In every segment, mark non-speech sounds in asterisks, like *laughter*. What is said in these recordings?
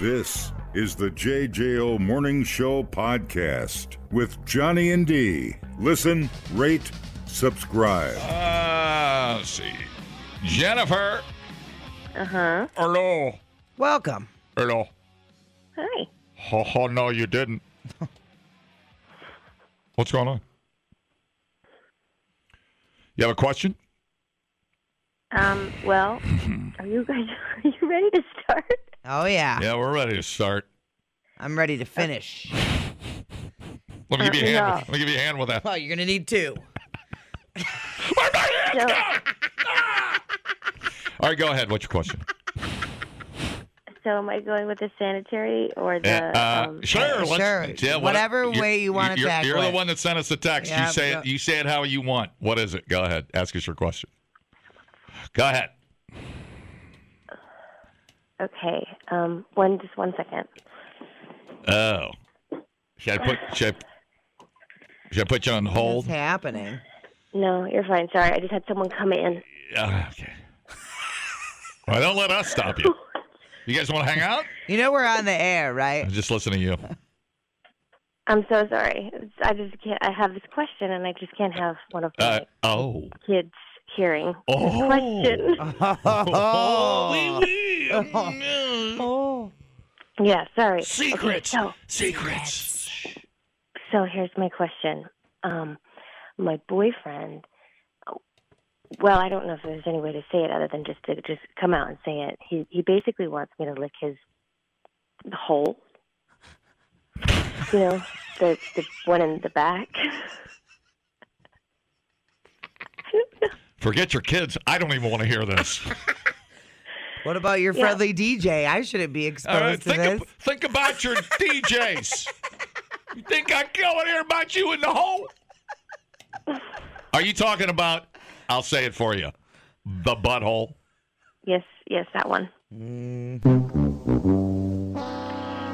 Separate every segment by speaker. Speaker 1: This is the JJO Morning Show podcast with Johnny and D. Listen, rate, subscribe.
Speaker 2: Uh, let's see. Jennifer.
Speaker 3: Uh huh.
Speaker 2: Hello.
Speaker 4: Welcome.
Speaker 2: Hello.
Speaker 3: Hi.
Speaker 2: Oh, oh, no, you didn't. *laughs* What's going on? You have a question?
Speaker 3: Um.
Speaker 2: *laughs*
Speaker 3: Well, are you guys *laughs* are you ready to start?
Speaker 4: Oh yeah.
Speaker 2: Yeah, we're ready to start.
Speaker 4: I'm ready to
Speaker 2: *laughs*
Speaker 4: finish.
Speaker 2: Let me give you a hand.
Speaker 3: Uh,
Speaker 2: Let me give you a hand with that.
Speaker 4: Well, you're gonna need two.
Speaker 3: So,
Speaker 2: All right, go ahead. What's your question?
Speaker 3: so am I going with the sanitary or the?
Speaker 2: Uh,
Speaker 3: um,
Speaker 2: sure,
Speaker 4: *laughs* yeah,
Speaker 2: let's-
Speaker 4: sure.
Speaker 2: yeah, what-
Speaker 4: Whatever
Speaker 2: you're-
Speaker 4: way you wanna
Speaker 2: You're,
Speaker 4: tackle
Speaker 2: you're the
Speaker 4: it.
Speaker 2: one that sent us the text.
Speaker 4: Yeah,
Speaker 2: you say it.
Speaker 4: yeah.
Speaker 2: You say it how you want. What is it? Go ahead. Ask us your question. Go ahead.
Speaker 3: Okay. Um. One. Just one second.
Speaker 2: Oh, should I put should I, should I put you on hold?
Speaker 4: What's happening?
Speaker 3: No, you're fine. Sorry, I just had someone come in.
Speaker 2: Yeah, okay. Well, don't let us stop you. You guys want to hang out?
Speaker 4: You know we're on the air, right?
Speaker 2: Just listen to you.
Speaker 3: I'm so sorry. It's- I just can't. I have this question, and I just can't have one of my
Speaker 2: Uh, oh.
Speaker 3: kids hearing.
Speaker 2: Oh.
Speaker 3: Question.
Speaker 2: Wee,
Speaker 4: Oh.
Speaker 2: wee. Mm.
Speaker 3: Yeah. Sorry.
Speaker 2: Secrets.
Speaker 3: Okay, so,
Speaker 2: Secrets.
Speaker 3: So here's my question. Um, my boyfriend. Well, I don't know if there's any way to say it other than just to just come out and say it. He he basically wants me to lick his hole. You know, the the one in the back. *laughs*
Speaker 2: Forget your kids. I don't even want to hear
Speaker 4: *laughs*
Speaker 2: this. Uh,
Speaker 4: What about your
Speaker 3: Yeah.
Speaker 4: friendly DJ? I shouldn't be
Speaker 2: All right,
Speaker 4: exposed to Oh, this.
Speaker 2: think, ab- think about your DJs. You think I care what I hear about you in the hole? Are you talking about? I'll say it for you. The butthole.
Speaker 3: Yes, yes, that one.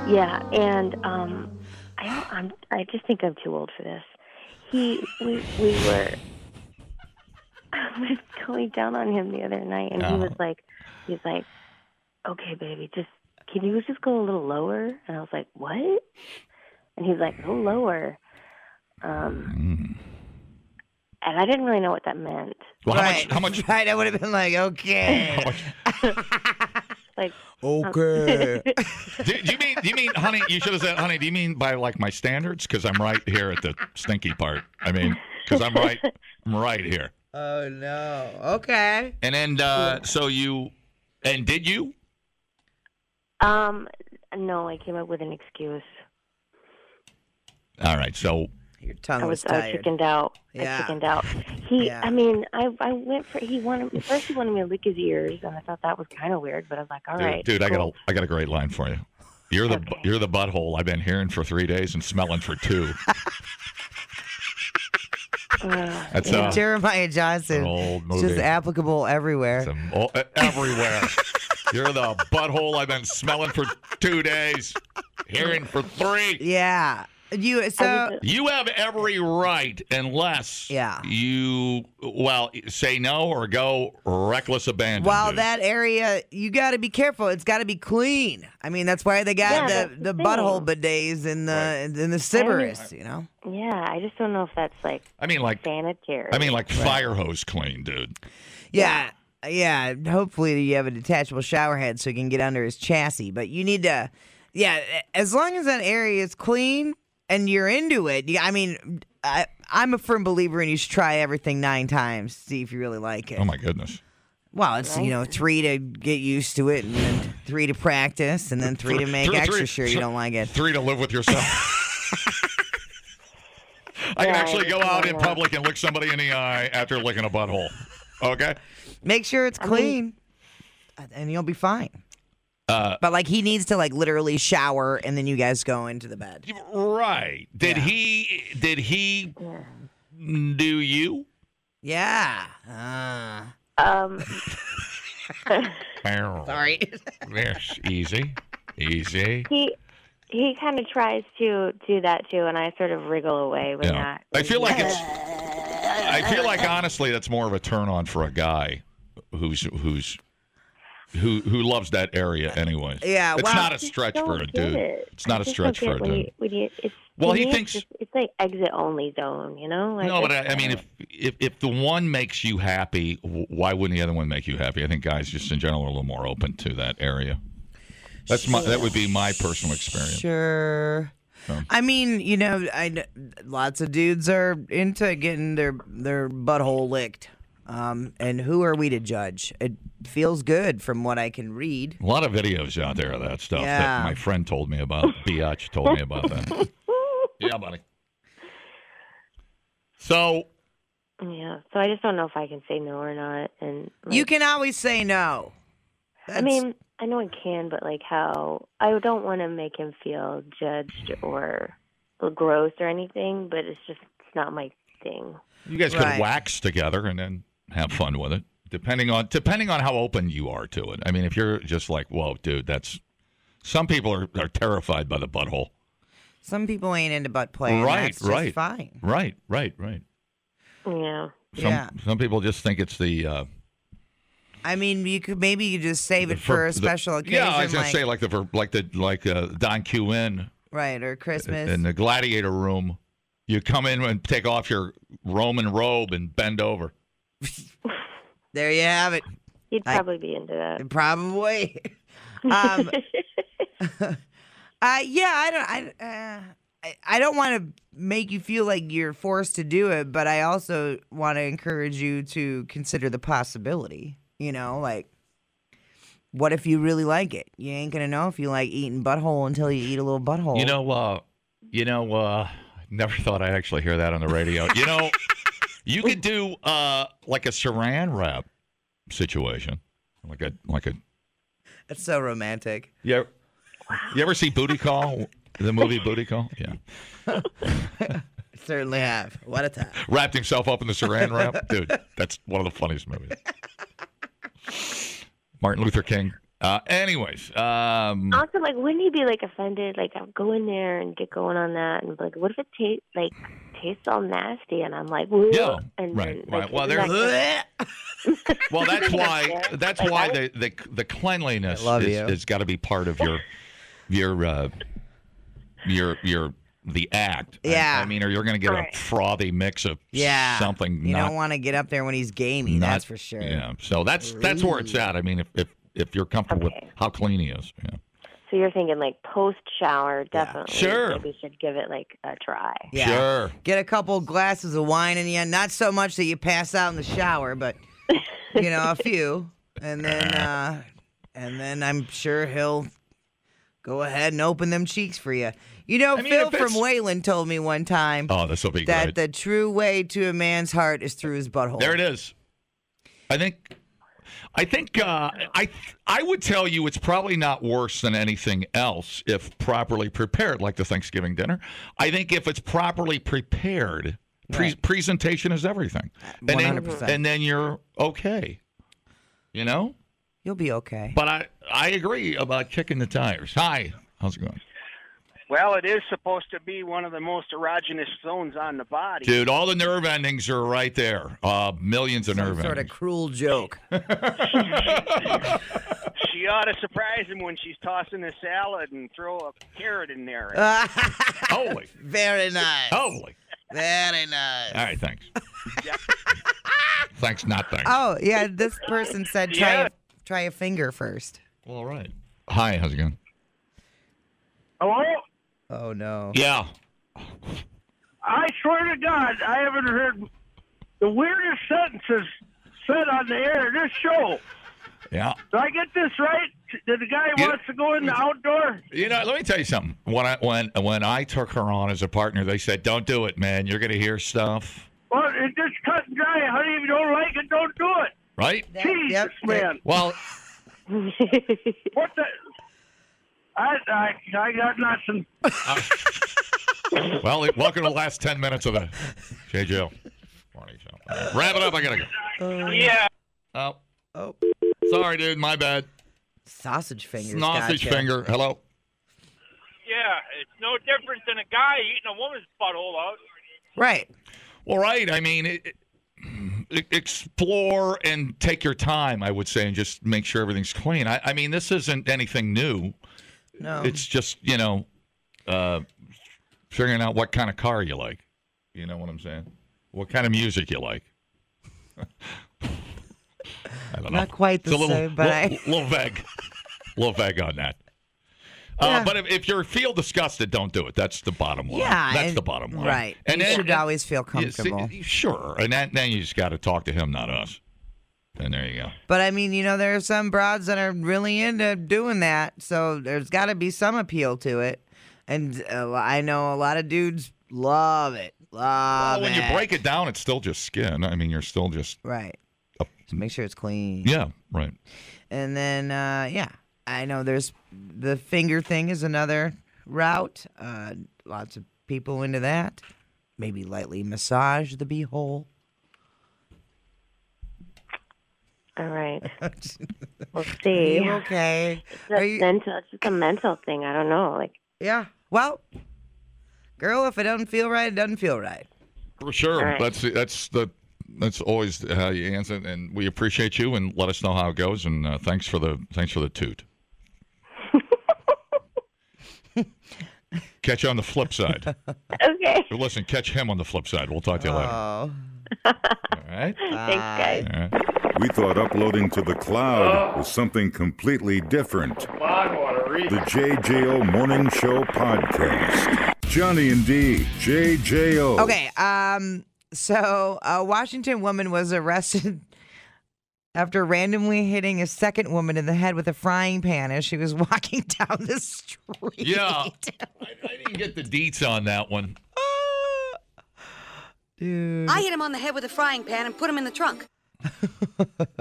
Speaker 3: Yeah, and um, I don't, I'm I just think I'm too old for this. He we we were *laughs* I was going down on him the other night, and he was like, he's like, okay, baby, just can you just go a little lower? And I was like, what? And he's like, go lower. Um, and I didn't really know what that meant.
Speaker 2: Well, how
Speaker 4: right.
Speaker 2: much? How much?
Speaker 4: *laughs* Right. I would have been
Speaker 2: *laughs*
Speaker 4: like, okay.
Speaker 3: Like,
Speaker 4: okay.
Speaker 2: Do, do you mean? Do you mean, honey? You should have said, honey. Do you mean by like my standards? Because I'm right here at the stinky part. I mean, because I'm right. I'm right here.
Speaker 4: oh no. Okay.
Speaker 2: And then, uh, so you, and did you?
Speaker 3: um, no, I came up with an excuse.
Speaker 2: All right. So
Speaker 4: Your tongue
Speaker 3: I
Speaker 4: was,
Speaker 3: was, uh, I
Speaker 4: tired.
Speaker 3: chickened out.
Speaker 4: Yeah.
Speaker 3: I chickened out. He,
Speaker 4: Yeah.
Speaker 3: I mean, I, I went for he wanted first he wanted me to lick his ears, and I thought that was kind of weird. But I was like, all
Speaker 2: Dude,
Speaker 3: right,
Speaker 2: dude, I got
Speaker 3: cool.
Speaker 2: a, I got a great line for you. You're the
Speaker 3: Okay.
Speaker 2: you're the butthole I've been hearing for three days and smelling for two.
Speaker 3: Ugh.
Speaker 2: *laughs* That's
Speaker 4: And
Speaker 2: uh,
Speaker 4: Jeremiah
Speaker 2: an
Speaker 4: Johnson.
Speaker 2: old
Speaker 4: It's
Speaker 2: movie.
Speaker 4: just applicable everywhere.
Speaker 2: Some- oh, uh, everywhere. you're the butthole I've been smelling for two days, hearing for three.
Speaker 4: yeah. You
Speaker 3: I
Speaker 4: so
Speaker 3: was-
Speaker 2: You have every right, unless
Speaker 4: Yeah.
Speaker 2: you well say no or go reckless abandon.
Speaker 4: while
Speaker 2: dude.
Speaker 4: that area you got to be careful. It's got to be clean. I mean, that's why they got
Speaker 3: Yeah,
Speaker 4: the,
Speaker 3: that's
Speaker 4: the
Speaker 3: the
Speaker 4: butthole bidets and the and the Sybaris, you know.
Speaker 3: yeah, I just don't know if that's like
Speaker 2: I mean, like
Speaker 3: sanitary.
Speaker 2: I mean, like fire hose clean, dude.
Speaker 4: Yeah. Yeah, hopefully you have a detachable shower head so you can get under his chassis, but you need to yeah, as long as that area is clean and you're into it. you- I mean, I I'm a firm believer in you should try everything 9 times, see if you really like it.
Speaker 2: Oh my goodness.
Speaker 4: Well, it's you know three to get used to it, and then three to practice, and then three to make
Speaker 2: Three-
Speaker 4: extra
Speaker 2: three-
Speaker 4: sure you don't like it.
Speaker 2: Three to live with
Speaker 4: *laughs*
Speaker 2: yourself. I can
Speaker 3: Yeah,
Speaker 2: actually go out in
Speaker 3: yeah.
Speaker 2: public and look somebody in the eye after licking a butthole. Okay.
Speaker 4: Make sure it's
Speaker 3: mean-
Speaker 4: clean, Uh, and you'll be fine.
Speaker 2: Uh,
Speaker 4: but like he needs to like literally shower, and then you guys go into the bed.
Speaker 2: Right. Did
Speaker 4: Yeah.
Speaker 2: he? Did he? Do you?
Speaker 4: Yeah. Uh,
Speaker 3: um,
Speaker 4: sorry.
Speaker 2: Yes, easy, easy.
Speaker 3: he. He kind of tries to do that too, and I sort of wriggle away with
Speaker 2: Yeah.
Speaker 3: that.
Speaker 2: I feel like it's.
Speaker 3: *laughs*
Speaker 2: I feel like honestly, that's more of a turn on for a guy who's who's who who loves that area anyway.
Speaker 4: Yeah,
Speaker 2: it's
Speaker 4: well-
Speaker 2: not a
Speaker 3: just
Speaker 2: stretch
Speaker 3: don't
Speaker 2: for a
Speaker 3: get
Speaker 2: dude.
Speaker 3: it.
Speaker 2: It's not
Speaker 3: I
Speaker 2: a
Speaker 3: just
Speaker 2: stretch
Speaker 3: don't
Speaker 2: for
Speaker 3: get
Speaker 2: a
Speaker 3: when
Speaker 2: dude.
Speaker 3: you- when you- it's,
Speaker 2: Well,
Speaker 3: to
Speaker 2: he
Speaker 3: me, it's
Speaker 2: thinks-
Speaker 3: just- it's like exit only zone, you know. Like,
Speaker 2: No, but I,
Speaker 3: it's-
Speaker 2: I mean, if, if if the one makes you happy, w- why wouldn't the other one make you happy? I think guys just in general are a little more open to that area. That's my that would be my personal experience.
Speaker 4: *laughs* Sure. I mean, you know, I kn- lots of dudes are into getting their their butthole licked, um, and who are we to judge? It feels good from what I can read.
Speaker 2: A lot of videos out there of that stuff
Speaker 4: Yeah.
Speaker 2: that my friend told me
Speaker 4: *laughs*
Speaker 2: about. Biatch told me about that. yeah, buddy. So
Speaker 3: yeah. So I just don't know if I can say no or not. And like,
Speaker 4: You can always say no.
Speaker 3: I mean, I know I can, but like how I don't want to make him feel judged or gross or anything, but it's just it's not my thing.
Speaker 2: you guys
Speaker 4: Right.
Speaker 2: could wax together and then have fun with it, depending on depending on how open you are to it. I mean, if you're just like, whoa, dude, that's some people are, are terrified by the butthole.
Speaker 4: some people ain't into butt play. and
Speaker 2: right,
Speaker 4: that's just
Speaker 2: right,
Speaker 4: Fine.
Speaker 2: right, right, right.
Speaker 3: Yeah.
Speaker 2: Some
Speaker 4: Yeah.
Speaker 2: some people just think it's the uh,
Speaker 4: I mean, you could maybe you just save it for,
Speaker 2: ver-
Speaker 4: a
Speaker 2: the-
Speaker 4: special occasion.
Speaker 2: Yeah, I was gonna
Speaker 4: like,
Speaker 2: say like the ver- like the like uh, Don Q in
Speaker 4: right or Christmas.
Speaker 2: in the gladiator room. You come in and take off your Roman robe and bend over.
Speaker 4: there you have it.
Speaker 3: He'd
Speaker 4: I-
Speaker 3: probably be into that.
Speaker 2: *laughs*
Speaker 4: Probably. um,
Speaker 3: *laughs*
Speaker 4: uh, yeah, I don't. I, uh, I, I don't want to make you feel like you're forced to do it, but I also want to encourage you to consider the possibility. You know, like, what if you really like it? You ain't gonna know if you like eating butthole until you eat a little butthole.
Speaker 2: You know, uh, you know, uh, never thought I'd actually hear that on the radio. you know, you could do uh, like a saran wrap situation, like a like a
Speaker 4: it's so romantic.
Speaker 2: Yeah. You ever see Booty Call? The movie Booty Call? Yeah.
Speaker 4: Certainly have. What a time.
Speaker 2: Wrapped himself up in the saran wrap. Dude, that's one of the funniest movies. Martin Luther King. Uh, anyways, um,
Speaker 3: Also, like, wouldn't he be like offended? Like, I'll go in there and get going on that, and be like, what if it tastes like tastes all nasty? And I'm like, Whoa.
Speaker 2: Yeah,
Speaker 3: and
Speaker 2: right,
Speaker 3: Then, like,
Speaker 2: right. Well,
Speaker 4: *laughs*
Speaker 3: isn't
Speaker 2: there's-
Speaker 3: that- *laughs*
Speaker 2: well, that's why that's
Speaker 3: Like,
Speaker 2: why
Speaker 3: I
Speaker 2: the, the the cleanliness
Speaker 4: I love
Speaker 2: is,
Speaker 4: you.
Speaker 2: has got to be part of your your uh, your your the act. I-
Speaker 4: Yeah.
Speaker 2: I, mean, or you're going to get
Speaker 3: Right.
Speaker 2: a frothy mix of
Speaker 4: yeah.
Speaker 2: something
Speaker 4: You
Speaker 2: not
Speaker 4: don't want to get up there when he's gamey.
Speaker 2: Not-
Speaker 4: that's for sure.
Speaker 2: Yeah. So that's that's where it's at. I mean, if if, if you're comfortable
Speaker 3: Okay.
Speaker 2: with how clean he is. Yeah.
Speaker 3: so you're thinking like post shower, definitely.
Speaker 2: Sure.
Speaker 3: Maybe should give it like a try.
Speaker 4: Yeah.
Speaker 2: Sure.
Speaker 4: Get a couple glasses of wine in you. Not so much that you pass out in the shower, but you know, a few. And
Speaker 2: *laughs*
Speaker 4: then uh and then I'm sure he'll go ahead and open them cheeks for you. You know,
Speaker 2: I mean,
Speaker 4: Phil
Speaker 2: if
Speaker 4: from
Speaker 2: it's-
Speaker 4: Wayland told me one time
Speaker 2: Oh, this will be
Speaker 4: that
Speaker 2: great.
Speaker 4: the true way to a man's heart is through his butthole.
Speaker 2: there it is. I think. I think uh, I I would tell you it's probably not worse than anything else if properly prepared, like the Thanksgiving dinner. I think if it's properly prepared, pre-
Speaker 4: Right.
Speaker 2: presentation is everything. And then-
Speaker 4: 100%.
Speaker 2: And then you're okay. You know.
Speaker 4: You'll be okay.
Speaker 2: But I I agree about kicking the tires. Hi, how's it going?
Speaker 5: Well, it is supposed to be one of the most erogenous zones on the body.
Speaker 2: Dude, all the nerve endings are right there. Uh, millions of
Speaker 4: Some
Speaker 2: nerve
Speaker 4: sort of
Speaker 2: endings.
Speaker 4: cruel joke.
Speaker 5: She ought to surprise him when she's tossing a salad and throw a carrot in there.
Speaker 2: Holy, *laughs* Oh.
Speaker 4: Very nice.
Speaker 2: holy.
Speaker 4: Very nice.
Speaker 2: All right, thanks. *laughs* thanks, not thanks.
Speaker 4: Oh yeah, this person said try
Speaker 5: Yeah.
Speaker 4: a, try a finger first.
Speaker 2: Well, all right. Hi, how's it going?
Speaker 6: Hello?
Speaker 4: Oh no.
Speaker 2: Yeah.
Speaker 6: I swear to God, I haven't heard the weirdest sentences said on the air of this show.
Speaker 2: Yeah.
Speaker 6: Did I get this right? Did the guy
Speaker 2: Yeah.
Speaker 6: wants to go in the outdoor?
Speaker 2: You know, let me tell you something. When I when when I took her on as a partner, they said, "Don't do it, man. You're going to hear stuff."
Speaker 6: Well, it's just cut and dry. Honey, if you don't like it, don't do it.
Speaker 2: Right?
Speaker 4: That-
Speaker 6: Jesus,
Speaker 4: yep, that-
Speaker 6: man.
Speaker 2: Well,
Speaker 3: *laughs*
Speaker 6: What the? I, I, I got nothing.
Speaker 2: *laughs* well, welcome to the last 10 minutes of the JJ morning show. All right, Wrap it up. I got to go.
Speaker 6: Yeah.
Speaker 2: Oh,
Speaker 4: Oh,
Speaker 2: sorry, dude. My bad.
Speaker 4: sausage fingers.
Speaker 2: Sausage
Speaker 4: gotcha.
Speaker 2: finger. Hello.
Speaker 7: Yeah, it's no different than a guy eating a woman's butthole out.
Speaker 4: Right.
Speaker 2: Well, right. I mean, it, *clears throat* it- e- explore and take your time, I would say, and just make sure everything's clean. I, I mean, this isn't anything new.
Speaker 4: No.
Speaker 2: It's just, you know, uh, figuring out what kind of car you like. You know what I'm saying? What kind of music you like. I don't know.
Speaker 4: Not quite the
Speaker 2: It's a little,
Speaker 4: same, but
Speaker 2: little, *laughs*
Speaker 4: I-
Speaker 2: little vague. little vague on that.
Speaker 4: Yeah.
Speaker 2: Uh, but if, if you feel disgusted, don't do it. That's the bottom line.
Speaker 4: yeah,
Speaker 2: that's
Speaker 4: and-
Speaker 2: the bottom line.
Speaker 4: Right.
Speaker 2: And
Speaker 4: you
Speaker 2: then-
Speaker 4: should always feel
Speaker 2: yeah, see,
Speaker 4: comfortable.
Speaker 2: sure, and that, then you just got to talk to him, not us. And there you go.
Speaker 4: But I mean, you know, there are some broads that are really into doing that, so there's got to be some appeal to it. And uh, I know a lot of dudes love it. Love
Speaker 2: well, when
Speaker 4: it.
Speaker 2: you break it down, it's still just skin. I mean, you're still just
Speaker 4: Right.
Speaker 2: Oh.
Speaker 4: Just make sure it's clean.
Speaker 2: yeah, right.
Speaker 4: And then, uh, yeah, I know there's the finger thing is another route. Uh, lots of people into that. Maybe lightly massage the beehole. *laughs*
Speaker 3: All right.
Speaker 4: Are
Speaker 3: We'll
Speaker 4: *laughs*
Speaker 3: see.
Speaker 4: you okay?
Speaker 3: It's
Speaker 4: Are
Speaker 3: just
Speaker 4: you-
Speaker 3: mental. It's just a mental thing. I don't know. Like, *laughs*
Speaker 4: Yeah. Well, girl, if it doesn't feel right, it doesn't feel right.
Speaker 2: For sure.
Speaker 3: All right.
Speaker 2: That's that's the that's always how you answer, it, and we appreciate you, and let us know how it goes. And uh, thanks for the thanks for the
Speaker 4: *laughs*
Speaker 2: toot. catch you on the flip side.
Speaker 3: okay.
Speaker 2: Listen, catch him on the flip side. We'll talk to you later.
Speaker 4: Oh.
Speaker 2: All right.
Speaker 4: uh,
Speaker 3: Thanks, guys.
Speaker 2: All right.
Speaker 1: We thought uploading to the cloud was something completely different. The JJO Morning Show podcast. Johnny and D, JJO.
Speaker 4: Oh. Okay. Um. So, a Washington woman was arrested *laughs* after randomly hitting a second woman in the head with a frying pan as she was *laughs* walking down the street.
Speaker 2: Yeah. I, I didn't get the deets on that one.
Speaker 4: Dude.
Speaker 8: I hit him on the head with a frying pan and put him in the trunk.
Speaker 4: Oh,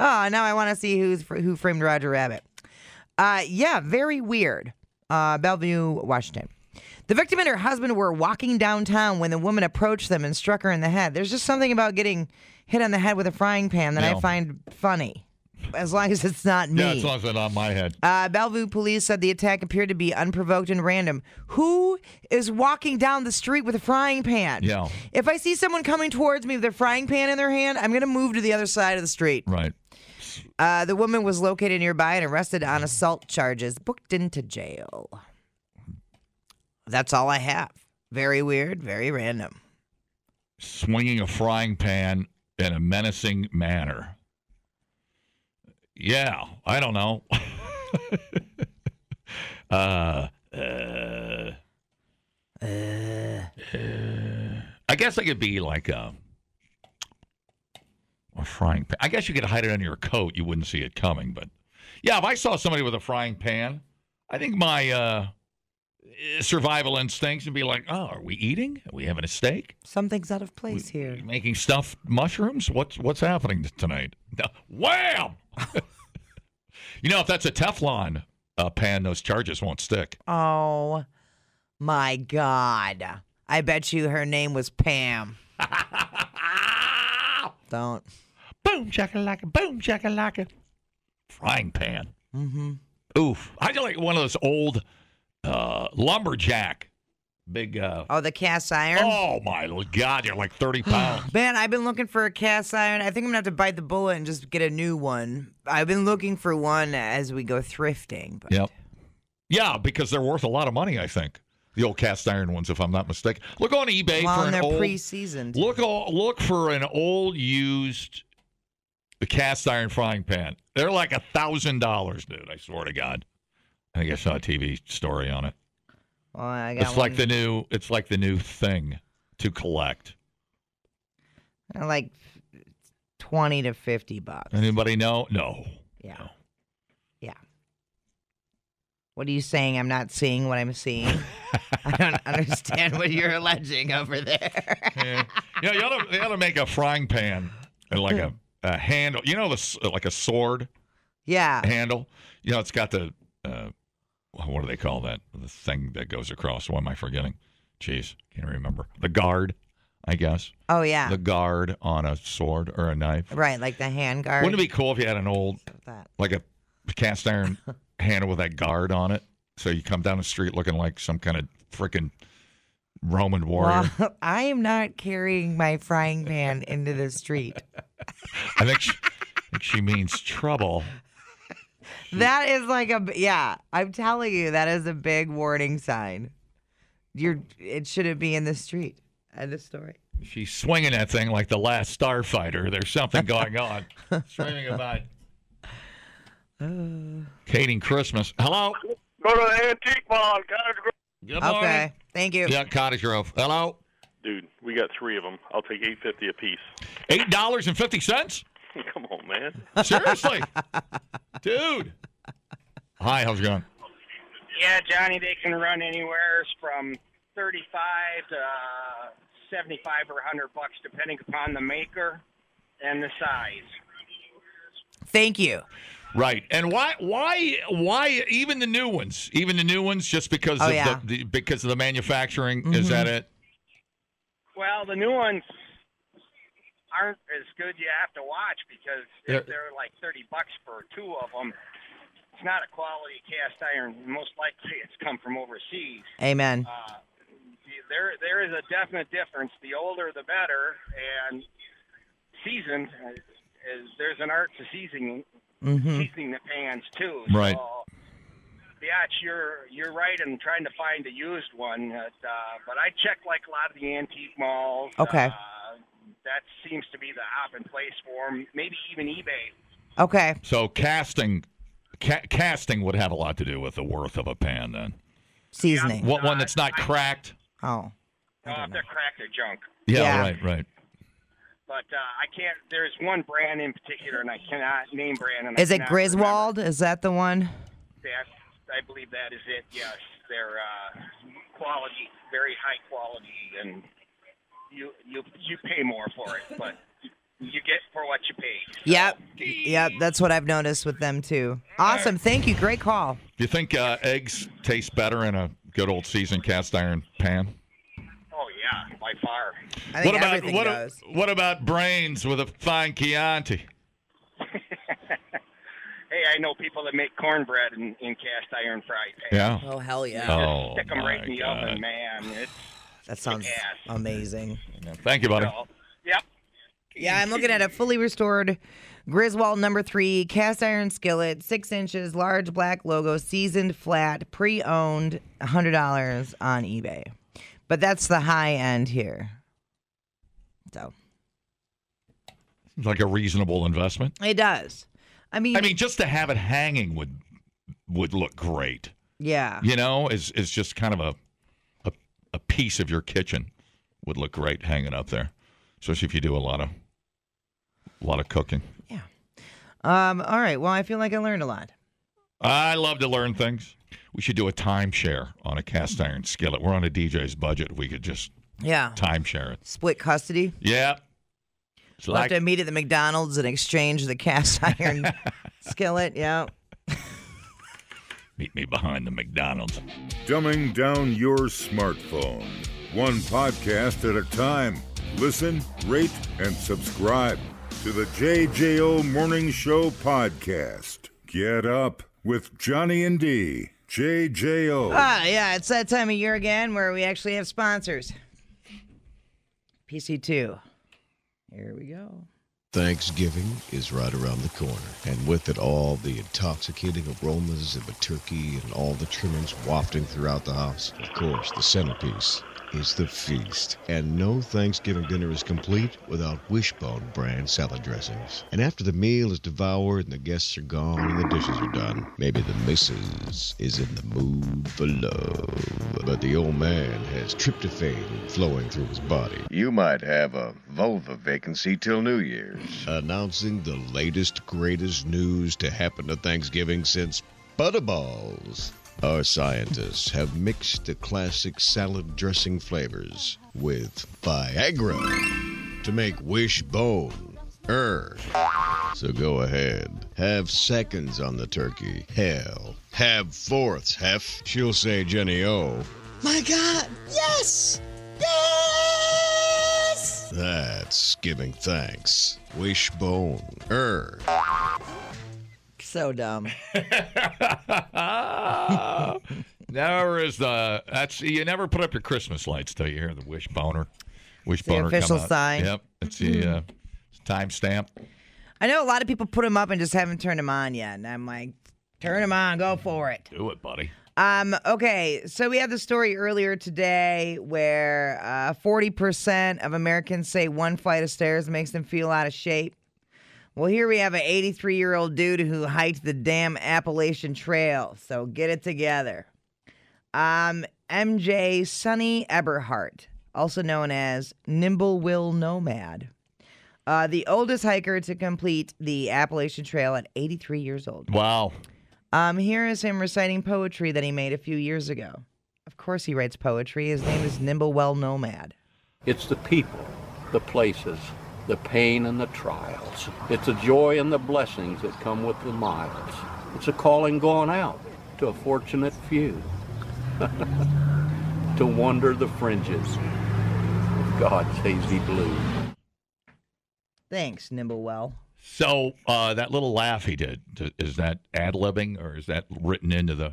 Speaker 4: now I want to see who's who framed Roger Rabbit. Uh, yeah, very weird. Uh, Bellevue, Washington. The victim and her husband were walking downtown when the woman approached them and struck her in the head. There's just something about getting hit on the head with a frying pan that I
Speaker 2: Yeah.
Speaker 4: find funny, as long as it's not me.
Speaker 2: Yeah, it's not on my head.
Speaker 4: Uh, Bellevue police said the attack appeared to be unprovoked and random. Who is walking down the street with a frying pan?
Speaker 2: Yeah.
Speaker 4: If I see someone coming towards me with a frying pan in their hand, I'm going to move to the other side of the street.
Speaker 2: Right.
Speaker 4: Uh, the woman was located nearby and arrested on assault charges, booked into jail. That's all I have. Very weird, very random.
Speaker 2: swinging a frying pan in a menacing manner. Yeah, I don't know. *laughs* uh, uh, I guess I could be like a, a frying pan. I guess you could hide it under your coat. You wouldn't see it coming. But yeah, if I saw somebody with a frying pan, I think my uh, survival instincts would be like, oh, are we eating? Are we having a steak?
Speaker 4: Something's out of place
Speaker 2: You
Speaker 4: here.
Speaker 2: Making stuffed mushrooms? What's what's happening t- tonight? No- Wham! *laughs* you know, if that's a Teflon uh, pan, those charges won't *laughs* stick.
Speaker 4: Oh my God. I bet you her name was Pam. Don't.
Speaker 2: boom chakalaka, boom chakalaka. Frying pan. Mm-hmm. Oof! I got like one of those old uh, lumberjack, big. Uh,
Speaker 4: Oh, the cast iron?
Speaker 2: oh my god! You're like thirty *gasps* pounds.
Speaker 4: Man, I've been looking for a cast iron. I think I'm gonna have to bite the bullet and just get a new one. I've been looking for one as we go thrifting. But
Speaker 2: Yep. Yeah, because they're worth a lot of money, I think. The old cast iron ones, if I'm not mistaken. Look on eBay
Speaker 4: Well,
Speaker 2: for
Speaker 4: and
Speaker 2: an
Speaker 4: they're
Speaker 2: old.
Speaker 4: pre-seasoned.
Speaker 2: Look, o- look for an old used cast iron frying pan. They're like a thousand dollars, dude. I swear to God. I think I saw a TV story on it.
Speaker 4: Well, I got
Speaker 2: It's like
Speaker 4: one-
Speaker 2: the new. It's like the new thing to collect.
Speaker 4: Uh, like twenty to fifty bucks.
Speaker 2: Anybody know? No.
Speaker 4: Yeah.
Speaker 2: No.
Speaker 4: Yeah. What are you saying? I'm not seeing what I'm seeing. I
Speaker 2: *laughs*
Speaker 4: don't understand what you're alleging over there.
Speaker 2: yeah, you, know, you, ought to, you ought to make a frying pan and like a, a handle. You know, the s- like a sword.
Speaker 4: yeah.
Speaker 2: handle. You know, it's got the uh, what do they call that? The thing that goes across. What am I forgetting? Jeez, can't remember. The guard, I guess.
Speaker 4: Oh yeah.
Speaker 2: The guard on a sword or a knife.
Speaker 4: right, like the hand guard.
Speaker 2: Wouldn't it be cool if you had an old,
Speaker 4: that.
Speaker 2: like a cast
Speaker 4: *laughs*
Speaker 2: iron handle with that guard on it? So you come down the street looking like some kind of freaking Roman warrior.
Speaker 4: Well, *laughs* I am not carrying my frying pan into
Speaker 2: *laughs*
Speaker 4: the street.
Speaker 2: I think she, I think she means trouble.
Speaker 4: That is like a yeah. I'm telling you, that is a big warning sign. You're it shouldn't be in the street. End of story.
Speaker 2: She's swinging that thing like the last starfighter. There's something going
Speaker 4: *laughs*
Speaker 2: on. Screaming about
Speaker 4: Uh.
Speaker 2: hating Christmas. Hello.
Speaker 6: Go to the antique mall.
Speaker 2: Good
Speaker 4: Okay,
Speaker 2: morning.
Speaker 4: thank you.
Speaker 2: Yeah, Cottage Grove. Hello.
Speaker 9: Dude, we got three of them. I'll take eight fifty apiece. *laughs*
Speaker 2: Eight dollars and fifty cents.
Speaker 9: Come on, man.
Speaker 4: *laughs*
Speaker 2: Seriously, dude. Hi, how's it going?
Speaker 5: Yeah, Johnny, they can run anywhere from 35 to uh, 75 or 100 bucks, depending upon the maker and the size.
Speaker 4: Thank you.
Speaker 2: Right. And why why why even the new ones? Even the new ones just because
Speaker 4: Oh,
Speaker 2: of
Speaker 4: yeah. Mm-hmm.
Speaker 2: the, the because of the manufacturing, is that it?
Speaker 5: Well, the new ones aren't as good. You have to watch because if they're like 30 bucks for two of them, it's not a quality cast iron. Most likely, it's come from overseas.
Speaker 4: Amen.
Speaker 5: there there is a definite difference. The older, the better, and seasoned uh, is there's an art to seasoning
Speaker 4: Hmm. Mm-hmm.
Speaker 5: seasoning the pans too.
Speaker 2: Right.
Speaker 5: So, yeah, it's- you're you're right in trying to find a used one, but, uh, but I check like a lot of the antique malls.
Speaker 4: Okay.
Speaker 5: Uh, that seems to be the hop and place for 'em. Maybe even eBay.
Speaker 4: Okay.
Speaker 2: So casting ca- casting would have a lot to do with the worth of a pan then.
Speaker 4: Seasoning.
Speaker 2: What one that's not cracked?
Speaker 4: Oh.
Speaker 5: Uh, if they're cracked, they're junk.
Speaker 2: Yeah,
Speaker 4: Yeah.
Speaker 2: right, right.
Speaker 5: But uh, I can't. There's one brand in particular, and I cannot name brand. And I
Speaker 4: Is it
Speaker 5: cannot remember.
Speaker 4: Griswold? Is that the one?
Speaker 5: That I believe that is it. Yes, they're uh, quality, very high quality, and you you you pay more for it, but you get for what you pay.
Speaker 4: Yep. Yep. That's what I've noticed with them too. Awesome. Thank you. Great call.
Speaker 2: Do you think uh, eggs taste better in a good old seasoned cast iron pan?
Speaker 5: Oh yeah, by far.
Speaker 4: I think
Speaker 2: what about
Speaker 4: everything
Speaker 2: what,
Speaker 4: does.
Speaker 2: what about brains with a fine Chianti?
Speaker 5: Hey, I know people that make cornbread in, in cast iron fried pans.
Speaker 2: Yeah.
Speaker 4: Oh hell yeah.
Speaker 2: Oh,
Speaker 5: Stick them right
Speaker 2: my
Speaker 5: in the
Speaker 2: God.
Speaker 5: oven, man. It's
Speaker 4: That sounds
Speaker 5: Yes.
Speaker 4: amazing.
Speaker 2: Thank you, buddy.
Speaker 5: so, yep.
Speaker 4: Yeah, I'm looking at a fully restored Griswold number three cast iron skillet, six inches, large black logo, seasoned flat, pre owned, $100 on eBay. But that's the high end here. So
Speaker 2: Seems like a reasonable investment.
Speaker 4: it does. I mean,
Speaker 2: I mean, just to have it hanging would would look great.
Speaker 4: yeah.
Speaker 2: You know, is is just kind of a, a a piece of your kitchen would look great hanging up there, especially if you do a lot of a lot of cooking.
Speaker 4: Um, all right. Well, I feel like I learned a lot.
Speaker 2: I love to learn things. We should do a timeshare on a cast iron skillet. We're on a DJ's budget. We could just
Speaker 4: Yeah.
Speaker 2: timeshare it.
Speaker 4: Split custody.
Speaker 2: Yeah. It's
Speaker 4: We'll
Speaker 2: like
Speaker 4: have to meet at the McDonald's and exchange the cast iron skillet. Yeah.
Speaker 2: meet me behind the
Speaker 4: *laughs*
Speaker 2: McDonald's.
Speaker 1: Dumbing down your smartphone. One podcast at a time. Listen, rate, and subscribe to the JJO Morning Show podcast. Get up with Johnny and D. JJO.
Speaker 4: Ah, yeah, it's that time of year again where we actually have sponsors. PC2. Here we go.
Speaker 10: Thanksgiving is right around the corner, and with it all the intoxicating aromas of a turkey and all the trimmings wafting throughout the house. Of course, the centerpiece is the feast. And no Thanksgiving dinner is complete without Wishbone brand salad dressings. And after the meal is devoured and the guests are gone and the dishes are done, maybe the missus is in the mood for love. But the old man has tryptophan flowing through his body.
Speaker 9: You might have a vulva vacancy till New Year's.
Speaker 10: announcing the latest, greatest news to happen to Thanksgiving since Butterballs. Our scientists have mixed the classic salad dressing flavors with Viagra to make wishbone. Er. So go ahead. Have seconds on the turkey. Hell. Have fourths, hef. She'll say Jenny O. My God. Yes! Yes! That's giving thanks. Wishbone. Er.
Speaker 11: so dumb.
Speaker 2: never is the that's you never put up your Christmas lights till you hear the wish boner, wish
Speaker 4: the
Speaker 2: boner
Speaker 4: official
Speaker 2: come out.
Speaker 4: sign. Mm-hmm.
Speaker 2: Yep, it's the uh, time stamp.
Speaker 4: I know a lot of people put them up and just haven't turned them on yet, and I'm like, turn them on, go for it.
Speaker 2: Do it, buddy.
Speaker 4: Um, okay, so we had the story earlier today where uh, forty percent of Americans say one flight of stairs makes them feel out of shape. Well, here we have an 83 year old dude who hiked the damn Appalachian Trail. So get it together. Um, MJ Sonny Eberhart, also known as Nimble Will Nomad, uh, the oldest hiker to complete the Appalachian Trail at 83 years old.
Speaker 2: Wow.
Speaker 4: Um, here is him reciting poetry that he made a few years ago. Of course, he writes poetry. His name is Nimblewell Nomad.
Speaker 12: It's the people, the places, the pain and the trials. It's the joy and the blessings that come with the miles. It's a calling gone out to a fortunate few *laughs* to wander the fringes of God's hazy blue.
Speaker 4: Thanks, Nimblewell.
Speaker 2: So uh, that little laugh he did t- is that ad libbing or is that written into the?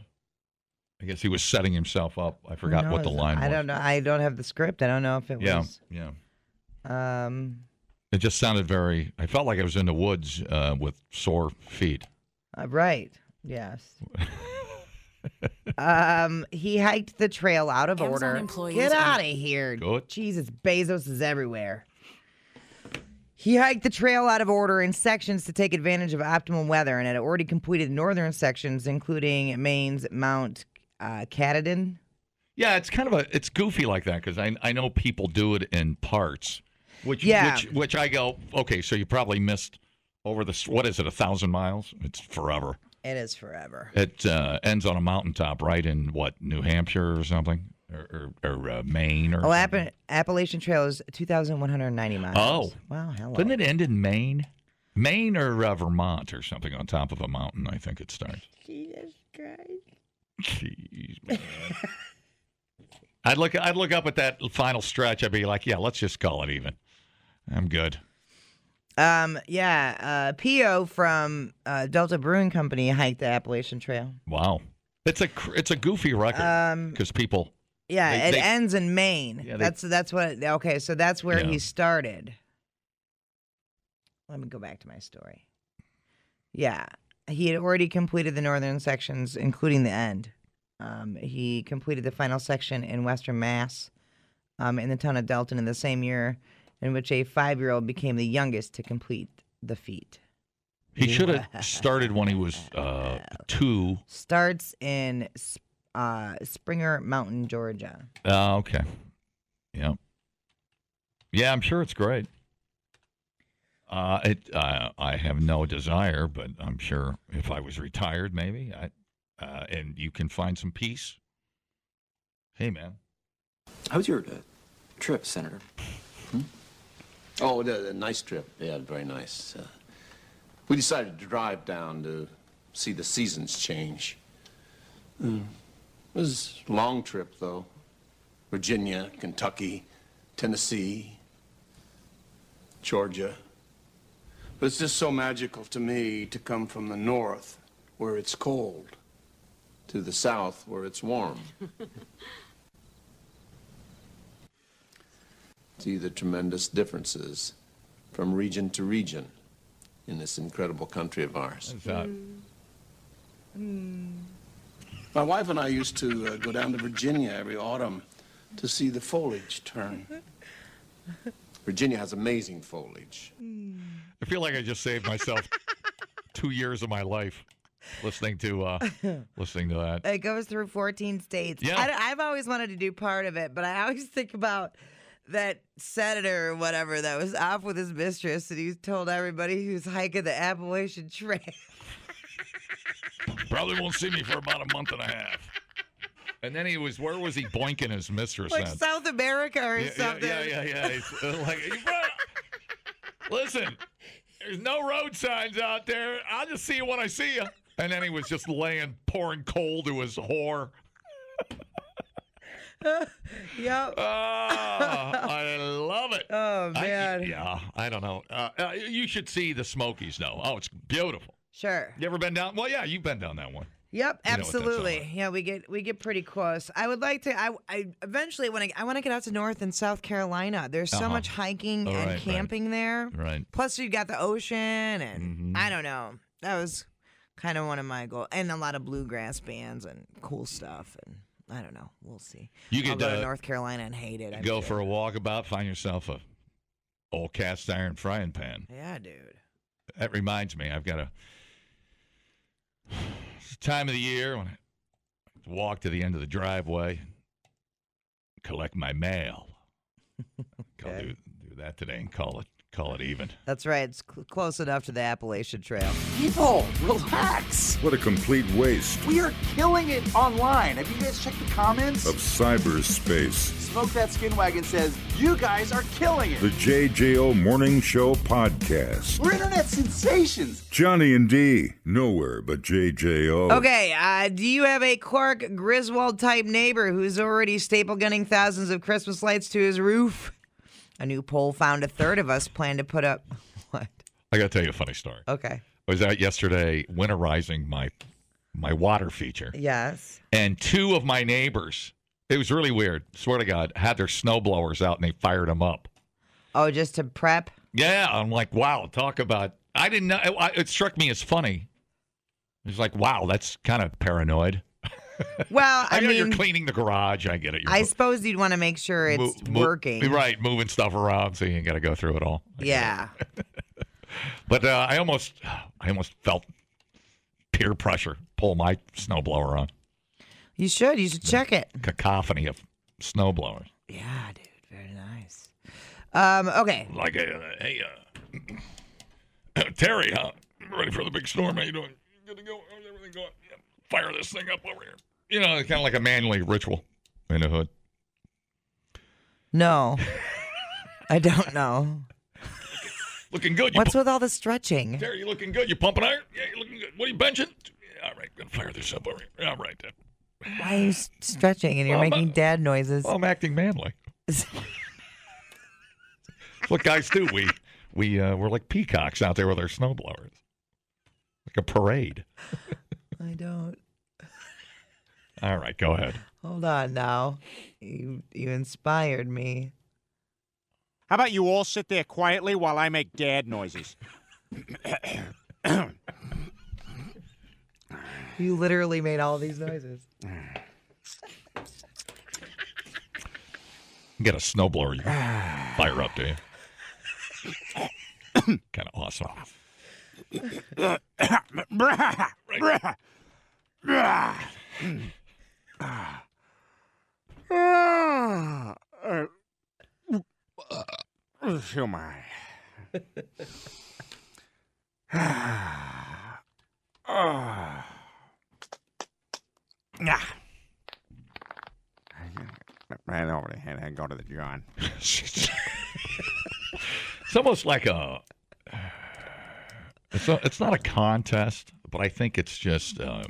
Speaker 2: I guess he was setting himself up. I forgot what the
Speaker 4: knows?
Speaker 2: line
Speaker 4: I
Speaker 2: was.
Speaker 4: don't know. I don't have the script. I don't know if it
Speaker 2: Yeah,
Speaker 4: was.
Speaker 2: yeah.
Speaker 4: Um,
Speaker 2: It just sounded very. I felt like I was in the woods uh, with sore feet.
Speaker 4: uh, right.
Speaker 2: *laughs*
Speaker 4: Yes. um, he hiked the trail out of
Speaker 13: Amazon
Speaker 4: order.
Speaker 13: employees
Speaker 4: Get
Speaker 13: are-
Speaker 4: out of here.
Speaker 2: Good.
Speaker 4: Jesus, Bezos is everywhere. He hiked the trail out of order in sections to take advantage of optimum weather and had already completed northern sections, including Maine's Mount uh, Katahdin.
Speaker 2: Yeah, it's kind of a it's goofy like that because I I know people do it in parts, which
Speaker 4: Yeah.
Speaker 2: which which I go okay. So you probably missed over the s- what is it a thousand miles? It's forever.
Speaker 4: It is forever.
Speaker 2: It uh, ends on a mountaintop, right in what New Hampshire or something, or or, or uh, Maine or.
Speaker 4: Oh, App- Appalachian Trail is 2,190 miles.
Speaker 2: Oh.
Speaker 4: Wow, hello.
Speaker 2: Doesn't it end in Maine? Maine or uh, Vermont or something on top of a mountain, I think it starts.
Speaker 4: Jesus Christ.
Speaker 2: Jeez, man.
Speaker 4: *laughs*
Speaker 2: I'd look I'd look up at that final stretch. I'd be like, yeah, let's just call it even. I'm good.
Speaker 4: Um, yeah, uh, Pio from uh, Delta Brewing Company hiked the Appalachian Trail.
Speaker 2: Wow. It's a cr- it's a goofy record
Speaker 4: Um,
Speaker 2: because people
Speaker 4: Yeah,
Speaker 2: They-
Speaker 4: it
Speaker 2: they-
Speaker 4: ends in Maine.
Speaker 2: Yeah, they-
Speaker 4: that's that's what. Okay, so that's where he started. Let me go back to my story. Yeah, he had already completed the northern sections, including the end. Um, he completed the final section in Western Mass, um, in the town of Dalton, in the same year in which a five-year-old became the youngest to complete the feat.
Speaker 2: he should have started when he was uh, two.
Speaker 4: Starts in Sp- uh, Springer Mountain, Georgia.
Speaker 2: Uh, okay. Yeah. Yeah, I'm sure it's great. Uh, it uh, I have no desire, but I'm sure if I was retired, maybe I uh, and you can find some peace. Hey, man.
Speaker 14: How was your uh, trip, Senator? Hmm? Oh, the, the nice trip. Yeah, very nice. Uh, we decided to drive down to see the seasons change. Mm. It was a long trip, though. Virginia, Kentucky, Tennessee, Georgia.
Speaker 6: But it's just so magical to me to come from the north, where it's cold.
Speaker 14: to the south where it's warm. See the tremendous differences from region to region in this incredible country of ours.
Speaker 2: uh,
Speaker 6: My wife and I used to uh, go down to Virginia every autumn to see the foliage turn.
Speaker 14: Virginia has amazing foliage.
Speaker 2: I feel like I just saved myself *laughs* two years of my life listening to uh, listening to that.
Speaker 4: It goes through 14 states.
Speaker 2: Yeah.
Speaker 4: I, have always wanted to do part of it, but I always think about that senator or whatever that was off with his mistress and he told everybody who's hiking the Appalachian Trail. *laughs*
Speaker 2: Probably won't see me for about a month and a half. And then he was where was he boinking his mistress
Speaker 4: like
Speaker 2: at?
Speaker 4: South America or
Speaker 2: yeah, yeah,
Speaker 4: something.
Speaker 2: Yeah, yeah, yeah. It's, uh, like, you brought- listen, there's no road signs out there. I'll just see you when I see you. And then he was just laying, pouring coal to his whore.
Speaker 4: yep.
Speaker 2: Ah, I love it.
Speaker 4: Oh
Speaker 2: I-
Speaker 4: man.
Speaker 2: yeah, I don't know. Uh, uh, you should see the Smokies, though. Oh, it's beautiful.
Speaker 4: Sure.
Speaker 2: You ever been down? Well, yeah, you've been down that one.
Speaker 4: Yep,
Speaker 2: You know what that's all
Speaker 4: absolutely. Yeah, we get we get pretty close. I would like to. I, I eventually want to. I want to get out to North and South Carolina. There's so
Speaker 2: Uh-huh.
Speaker 4: much hiking
Speaker 2: Oh,
Speaker 4: and
Speaker 2: right, right.
Speaker 4: camping there.
Speaker 2: Right.
Speaker 4: Plus, you got the ocean, and
Speaker 2: Mhm.
Speaker 4: I don't know. That was kind of one of my goals, and a lot of bluegrass bands and cool stuff. And I don't know. We'll see.
Speaker 2: You
Speaker 4: I'll
Speaker 2: could,
Speaker 4: go
Speaker 2: uh,
Speaker 4: to North Carolina and hate it. I'm
Speaker 2: Go
Speaker 4: sure.
Speaker 2: for a walkabout, find yourself a old cast iron frying pan.
Speaker 4: Yeah, dude.
Speaker 2: That reminds me, I've got a it's the time of the year when I walk to the end of the driveway, collect my mail. I'll do, do that today and call it call it even.
Speaker 4: That's right. It's cl- close enough to the Appalachian Trail.
Speaker 11: People, relax.
Speaker 1: What a complete waste
Speaker 11: We are killing it online. Have you guys checked the comments?
Speaker 1: of cyberspace.
Speaker 11: Smoke That Skin Wagon says, You guys are killing
Speaker 1: The
Speaker 11: it.
Speaker 1: JJO Morning Show Podcast.
Speaker 11: We're internet sensations.
Speaker 1: Johnny and Dee, nowhere but
Speaker 2: Oh.
Speaker 1: JJO.
Speaker 4: Okay, uh, do you have a Clark Griswold type neighbor who's already staple gunning thousands of Christmas lights to his roof? A new poll found a third of us plan to put up. *laughs* What?
Speaker 2: I gotta tell you a funny story.
Speaker 4: Okay.
Speaker 2: I was out yesterday winterizing my my water feature.
Speaker 4: Yes.
Speaker 2: and two of my neighbors it was really weird swear to god had their snow blowers out and they fired them up
Speaker 4: Oh, just to prep?
Speaker 2: yeah i'm like wow talk about i didn't know it, it struck me as funny it's like wow that's kind of paranoid *laughs*
Speaker 4: Well, I,
Speaker 2: know you're
Speaker 4: mean,
Speaker 2: cleaning the garage i get it You're
Speaker 4: I suppose you'd want to make sure it's
Speaker 2: mo- mo-
Speaker 4: working.
Speaker 2: right moving stuff around so you ain't got to go through it all
Speaker 4: Yeah.
Speaker 2: but uh, i almost i almost felt peer pressure pull my snow blower on
Speaker 4: You should. You should check it.
Speaker 2: cacophony of snow blowers
Speaker 4: Yeah, dude. Very nice. Um, okay.
Speaker 2: like a, uh, hey, uh, *clears throat* Terry, huh? Ready for the big storm? How you doing? Good to go. How's everything going? Yeah, fire this thing up over here. You know, kind of like a manly ritual in the hood.
Speaker 4: No. I
Speaker 2: *laughs*
Speaker 4: don't know.
Speaker 2: Looking good. You
Speaker 4: What's with all the stretching?
Speaker 2: Terry, you looking good? You pumping iron? Yeah, you looking good. What are you benching? Yeah, all right, gonna fire this up over here. All right then.
Speaker 4: Why are you s- stretching and you're
Speaker 2: Well, I'm *laughs*
Speaker 4: making
Speaker 2: not-
Speaker 4: dad noises?
Speaker 2: Well, I'm acting manly. That's what guys do. We we uh, we're like peacocks out there with our snowblowers, like a parade.
Speaker 4: I don't.
Speaker 2: All right, go ahead.
Speaker 4: Hold on now. You you inspired me.
Speaker 13: How about you all sit there quietly while I make dad noises?
Speaker 4: You literally made all these noises. *laughs*
Speaker 2: You got a snowblower you can fire up, do you? *coughs* kind of awesome.
Speaker 13: Bruh. Oh my. Ah. Nah. Right over the head and go to the John.
Speaker 2: It's almost like a. It's not, it's not a contest, but I think it's just uh,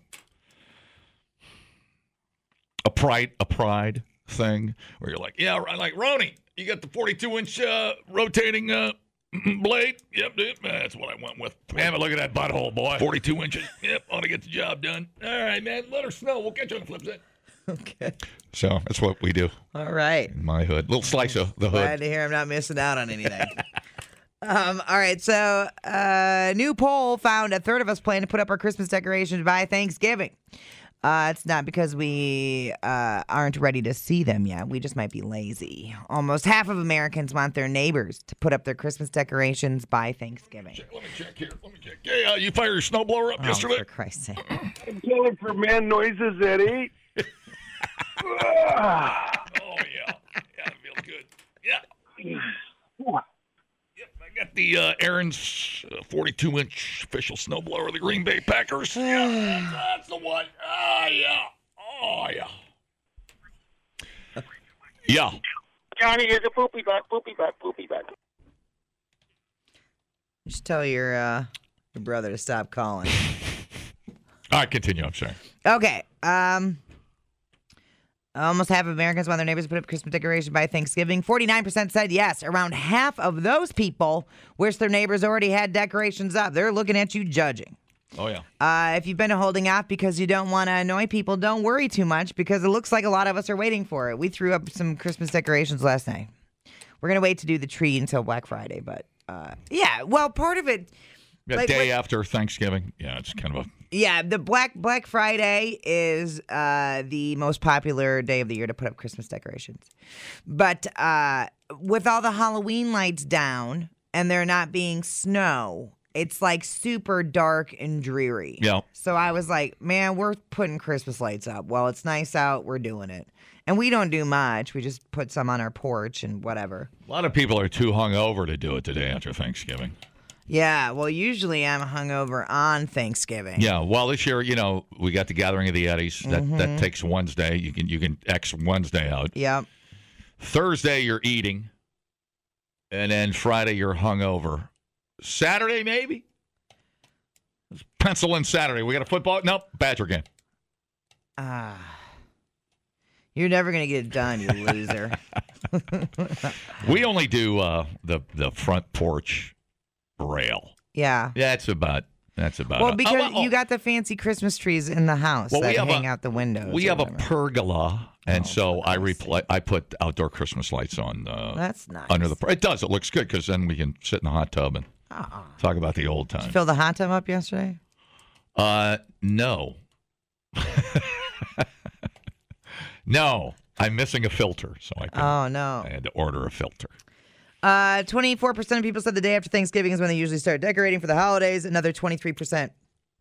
Speaker 2: a pride a pride thing where you're like, yeah, right, like Ronnie, you got the 42 inch uh, rotating uh, *clears throat* blade. Yep, dude, that's what I went with. Damn it, look at that butthole, boy. 42 inches. Yep, ought to get the job done. All right, man, let her snow. We'll catch you on the flip side.
Speaker 4: Okay.
Speaker 2: So that's what we do
Speaker 4: All right.
Speaker 2: in my hood. Little slice of the hood.
Speaker 4: Glad to hear I'm not missing out on anything. *laughs* um, all right. So, uh, new poll found a third of us plan to put up our Christmas decorations by Thanksgiving. Uh, it's not because we uh, aren't ready to see them yet. We just might be lazy. Almost half of Americans want their neighbors to put up their Christmas decorations by Thanksgiving.
Speaker 2: Let me check here. Let me check. Hey, uh, you fired your snowblower up
Speaker 4: Oh,
Speaker 2: yesterday?
Speaker 4: for Christ's sake.
Speaker 6: I'm going for man noises at eight.
Speaker 2: Oh yeah, yeah, I feel good. Yeah. Yep, I got the uh, Aaron's uh, 42-inch official snowblower of the Green Bay *sighs* Packers. Yeah, that's, that's the one. Ah, yeah. Oh yeah. Yeah.
Speaker 15: Johnny is a poopy butt, poopy butt, poopy butt.
Speaker 4: Just tell your uh, your brother to stop calling.
Speaker 2: All right, continue. I'm sorry.
Speaker 4: Okay. Um. Almost half of Americans want their neighbors to put up Christmas decorations by Thanksgiving. Forty-nine percent said yes. Around half of those people wish their neighbors already had decorations up. They're looking at you judging.
Speaker 2: Oh yeah.
Speaker 4: Uh, if you've been holding off because you don't want to annoy people, don't worry too much because it looks like a lot of us are waiting for it. We threw up some Christmas decorations last night. We're gonna wait to do the tree until Black Friday, but uh, yeah. Well, part of it.
Speaker 2: Yeah,
Speaker 4: like,
Speaker 2: day after Thanksgiving. Yeah, it's kind of a
Speaker 4: Yeah, the Black Black Friday is uh, the most popular day of the year to put up Christmas decorations. But uh, with all the Halloween lights down and there not being snow, it's like super dark and dreary.
Speaker 2: Yeah.
Speaker 4: So I was like, man, we're putting Christmas lights up. Well, it's nice out. We're doing it. And we don't do much. We just put some on our porch and whatever.
Speaker 2: a lot of people are too hungover to do it the day after Thanksgiving.
Speaker 4: Yeah. Well, usually I'm hungover on Thanksgiving.
Speaker 2: Yeah, well, this year, you know, we got the Gathering of the Eddies. That
Speaker 4: Mhm.
Speaker 2: that takes Wednesday. You can you can X Wednesday out.
Speaker 4: Yep.
Speaker 2: Thursday you're eating, and then Friday you're hungover. Saturday maybe. Let's pencil in Saturday. We got a football. Nope, Badger game.
Speaker 4: Ah. You're never going to get it done, you loser.
Speaker 2: We only do uh, the the front porch rail.
Speaker 4: Yeah.
Speaker 2: That's about. That's about.
Speaker 4: Well,
Speaker 2: it. Oh,
Speaker 4: because you got the fancy Christmas trees in the house
Speaker 2: Well, we
Speaker 4: that
Speaker 2: have
Speaker 4: hang
Speaker 2: a-
Speaker 4: out the windows.
Speaker 2: oh, we
Speaker 4: or
Speaker 2: have a
Speaker 4: whatever.
Speaker 2: pergola,
Speaker 4: Oh,
Speaker 2: and so I repla I put outdoor Christmas lights on. Uh,
Speaker 4: That's nice.
Speaker 2: Under the per- it does. It looks good because then we can sit in the hot tub and
Speaker 4: Ah.
Speaker 2: talk about the old
Speaker 4: Did you
Speaker 2: times.
Speaker 4: fill the hot tub up yesterday?
Speaker 2: Uh, no, *laughs* no, I'm missing a filter, so I couldn't-
Speaker 4: Oh, no.
Speaker 2: I had to order a filter.
Speaker 4: Uh, 24% of people said the day after Thanksgiving is when they usually start decorating for the holidays. Another 23%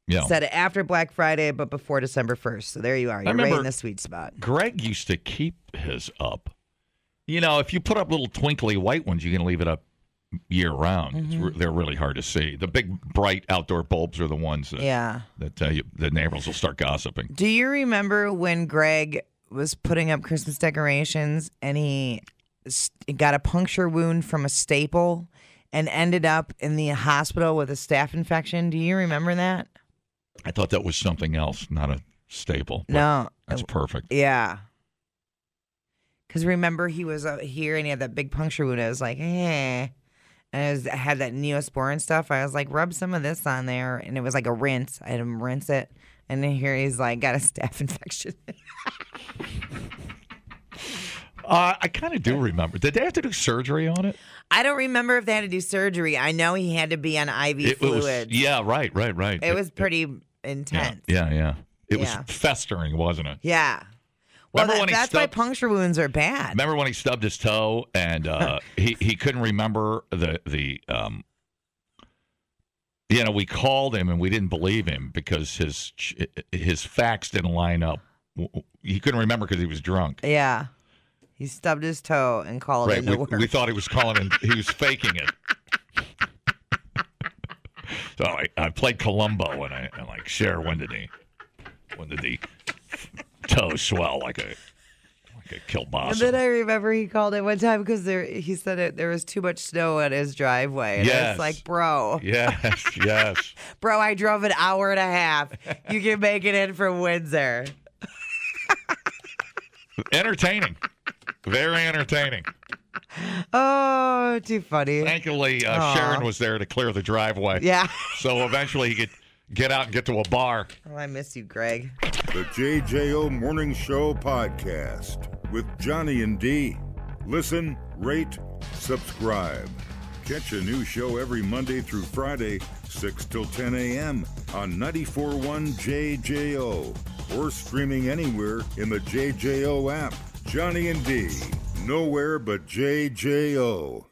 Speaker 2: Yeah.
Speaker 4: said it after Black Friday, but before December 1st. So there you are. You're right
Speaker 2: remember-
Speaker 4: in the sweet spot.
Speaker 2: Greg used to keep his up. You know, if you put up little twinkly white ones, you can leave it up year round. It's
Speaker 4: Mm-hmm.
Speaker 2: re- they're really hard to see. The big bright outdoor bulbs are the ones that
Speaker 4: Yeah.
Speaker 2: that uh, you, the neighbors will start gossiping.
Speaker 4: Do you remember when Greg was putting up Christmas decorations and he st- got a puncture wound from a staple and ended up in the hospital with a staph infection? Do you remember that?
Speaker 2: I thought that was something else, not a staple. but
Speaker 4: No.
Speaker 2: that's perfect.
Speaker 4: Yeah. Because remember, he was out here and he had that big puncture wound. I was like, eh. And it was, I had that neosporin stuff. I was like, rub some of this on there. And it was like a rinse. I had him rinse it. And then here he's like, got a staph *laughs* infection.
Speaker 2: Uh, I kind of do remember. Did they have to do surgery on it?
Speaker 4: I don't remember if they had to do surgery. I know he had to be on IV
Speaker 2: it, it was.
Speaker 4: fluid.
Speaker 2: Yeah, right, right, right.
Speaker 4: It, was pretty intense.
Speaker 2: Yeah, yeah. It
Speaker 4: Yeah.
Speaker 2: was festering, wasn't it?
Speaker 4: Yeah. Well,
Speaker 2: Remember
Speaker 4: that-
Speaker 2: when he
Speaker 4: that's why
Speaker 2: stubbed-
Speaker 4: puncture wounds are bad.
Speaker 2: Remember when he stubbed his toe and
Speaker 4: *laughs*
Speaker 2: uh, he he couldn't remember the the um, you know we called him and we didn't believe him because his ch- his facts didn't line up. W- w- He couldn't remember because he was drunk.
Speaker 4: Yeah. He stubbed his toe and called
Speaker 2: right?
Speaker 4: in to
Speaker 2: We,
Speaker 4: work.
Speaker 2: we thought he was calling him. He was faking it. so I, I played Columbo and I and like Cher. When did he? When did the toe swell like a like a
Speaker 4: *laughs* And
Speaker 2: kielbasa?
Speaker 4: then I remember he called it one time because there he said it there was too much snow on his driveway. And I
Speaker 2: Yes.
Speaker 4: was like, bro,
Speaker 2: Yes, yes.
Speaker 4: bro, I drove an hour and a half. You can make it in from Windsor. *laughs*
Speaker 2: entertaining. Very entertaining.
Speaker 4: Oh, too funny.
Speaker 2: *laughs* Thankfully,
Speaker 4: Aw.
Speaker 2: uh, Sharon was there to clear the driveway.
Speaker 4: Yeah.
Speaker 2: So eventually he could get out and get to a bar.
Speaker 4: Oh, I miss you, Greg.
Speaker 1: The JJO Morning Show podcast with Johnny and D. Listen, rate, subscribe. Catch a new show every Monday through Friday, 6 till 10 a.m. on 941 JJO or streaming anywhere in the JJO app. Johnny and D. Nowhere but JJO.